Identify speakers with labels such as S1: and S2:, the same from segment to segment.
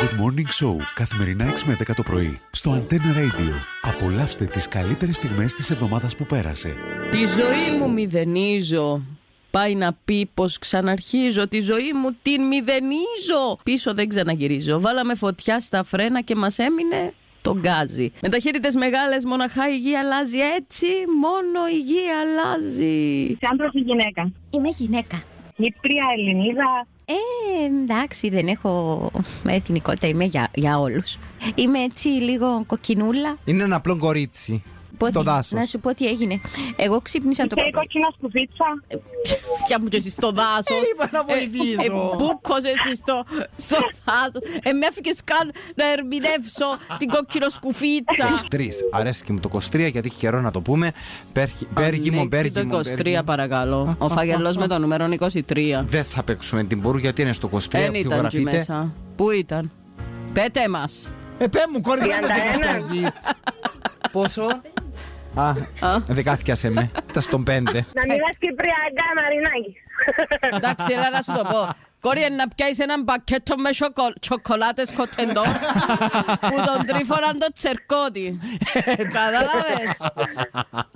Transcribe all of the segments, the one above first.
S1: Good Morning Show, καθημερινά 6 με 10 το πρωί, στο Antenna Radio. Απολαύστε τις καλύτερες στιγμές της εβδομάδας που πέρασε.
S2: Τη ζωή μου μηδενίζω. Πάει να πει πως ξαναρχίζω. Τη ζωή μου την μηδενίζω. Πίσω δεν ξαναγυρίζω. Βάλαμε φωτιά στα φρένα και μας έμεινε το γκάζι. Με ταχύτητε μεγάλες, μοναχά η γη αλλάζει. Έτσι, μόνο η γη αλλάζει.
S3: Σε άνθρωπο ή γυναίκα.
S4: Είμαι γυναίκα.
S3: Κύπρια, Ελληνίδα.
S4: Ε, εντάξει, δεν έχω εθνικότητα, είμαι για, για όλους. Είμαι έτσι λίγο κοκκινούλα.
S5: Είναι ένα απλό κορίτσι.
S4: Πω
S5: στο
S4: τι-
S5: δάσος.
S4: Να σου πω τι έγινε. Εγώ ξύπνησα το
S3: Είσαι κόκκινα σκουφίτσα.
S2: Πια μου και εσύ στο Ε, δάσος.
S5: Ε, Είπα να βοηθήσω.
S2: Μπούκοζε εσύ στο, στο δάσος. Ε, με έφυγες καν να ερμηνεύσω την κοκκινοσκουφίτσα.
S5: Τρει. Αρέσκει μου το 23 γιατί έχει καιρό να το πούμε. Πέρχι- Πέργιμο,
S2: Ανοίξει
S5: Πέργιμο.
S2: Το 23
S5: Πέργιμο.
S2: παρακαλώ. Ο φαγελό με το νούμερο 23.
S5: Δεν θα παίξουμε την Μπούρου γιατί είναι στο 23.
S2: Δεν ήταν εκεί
S5: ηχογραφείται.
S2: μέσα. Πού ήταν. Πέτε μας.
S5: Ε, πέ μου, κόρη, δεν με
S3: 31.
S5: δικαιάζεις. Πόσο? Α, δικάθηκιασε με. Τα στον 5.
S3: Να μιλάς κυπριακά, Μαρινάκη.
S2: Εντάξει, έλα να σου το πω. Κόρη, να πιάσει έναν πακέτο με σοκο... σοκολάτε κοτεντό που τον τρίφωναν το τσερκότι. Κατάλαβες.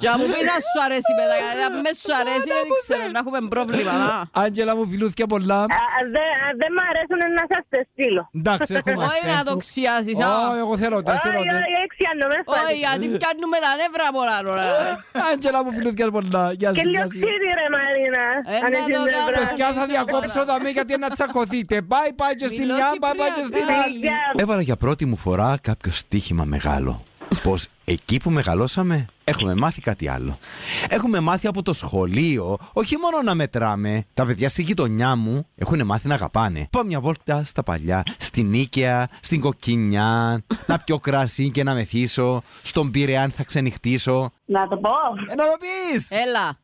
S2: Για να μου πει να σου αρέσει, παιδά. γιατί Αν με σου αρέσει, δεν ξέρω να έχουμε πρόβλημα. να.
S5: Άγγελα μου, φιλούθηκε πολλά.
S3: Α, α, δε- α, Δεν μ' αρέσουν να σας τα στείλω.
S5: Εντάξει, έχουμε.
S2: Όχι να το ξιάσει.
S5: Όχι, εγώ θέλω τέσσερα.
S3: Όχι, όχι, έξι αν με
S2: Όχι,
S3: φάτε.
S2: γιατί πιάνουμε τα νεύρα πολλά τώρα.
S5: Άγγελα μου, φιλούθηκε πολλά. Γεια
S3: Και
S5: σας,
S3: λίγο
S5: γεια σας.
S3: ξύδι ρε Μαρίνα.
S2: Ε,
S3: Αν
S2: να
S3: έχεις
S2: το κάνω.
S3: νεύρα.
S5: Παιδιά, θα διακόψω δαμέ γιατί να τσακωθείτε. Πάει, πάει και στη
S2: Μιλώ
S5: μια, πάει, πάει και
S2: κυπριακά.
S5: στην άλλη.
S3: Παιδιά,
S5: Έβαλα για πρώτη μου φορά κάποιο στοίχημα μεγάλο. Πως εκεί που μεγαλώσαμε έχουμε μάθει κάτι άλλο. Έχουμε μάθει από το σχολείο, όχι μόνο να μετράμε. Τα παιδιά στη γειτονιά μου έχουν μάθει να αγαπάνε. Πάω μια βόλτα στα παλιά, στην Νίκαια, στην Κοκκινιά, να πιω κρασί και να μεθύσω. Στον Πειραιά θα ξενυχτήσω.
S3: Να το πω.
S5: Ε, να το πεις!
S2: Έλα.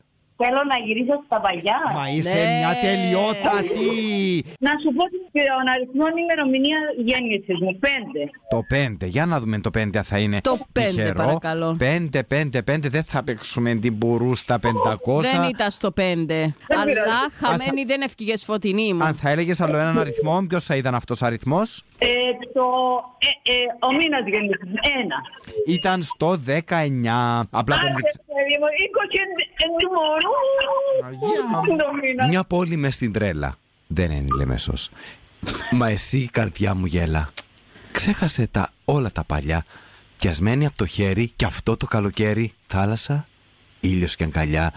S3: Θέλω να γυρίσω στα παλιά.
S5: Μα είσαι
S2: ναι.
S5: μια τελειότατη!
S3: Να σου πω τον αριθμό ημερομηνία γέννησης μου. Πέντε.
S5: Το 5, για να δούμε το 5 θα είναι.
S2: Το πέντε, παρακαλώ.
S5: 5, 5, 5, δεν θα παίξουμε την πουρού στα 500.
S2: Δεν ήταν στο 5. Αλλά χαμένη δεν έφυγες φωτεινή μου.
S5: Αν θα έλεγες άλλο έναν αριθμό, ποιος θα ήταν αυτός ο αριθμός.
S3: Ε, το, ε, ε, ο μήνας γέννησης. Ένα.
S5: Ήταν στο 19. Απλά τον
S3: Άντε,
S5: ρίξα.
S3: παιδί μου, 29 μόνο. Το μήνα.
S5: Μια πόλη μες στην τρέλα. Δεν είναι η Λεμεσός. Μα εσύ, καρδιά μου γέλα. Ξέχασε τα όλα τα παλιά. Πιασμένη από το χέρι και αυτό το καλοκαίρι. Θάλασσα, ήλιος και αγκαλιά.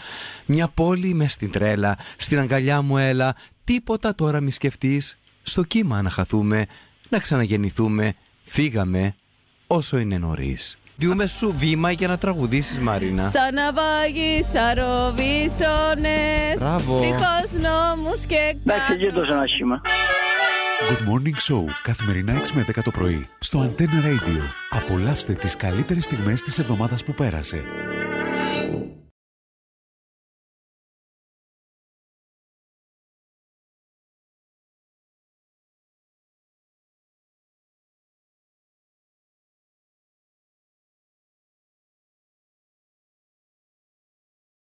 S5: Μια πόλη μες στην τρέλα. Στην αγκαλιά μου έλα. Τίποτα τώρα μη σκεφτείς. Στο κύμα να χαθούμε. Να ξαναγεννηθούμε. Φύγαμε όσο είναι νωρίς. Διούμε σου βήμα για να τραγουδήσεις Μαρίνα.
S2: Σαν ναυάγι, σαν ροβίσονε.
S5: Μπράβο.
S2: Δίχως νόμους και
S6: Εντάξει,
S2: κανόνες.
S6: και τόσο ένα σχήμα.
S1: Good Morning Show, καθημερινά 6 με 10 το πρωί, στο Antenna Radio. Απολαύστε τις καλύτερες στιγμές της εβδομάδας που πέρασε.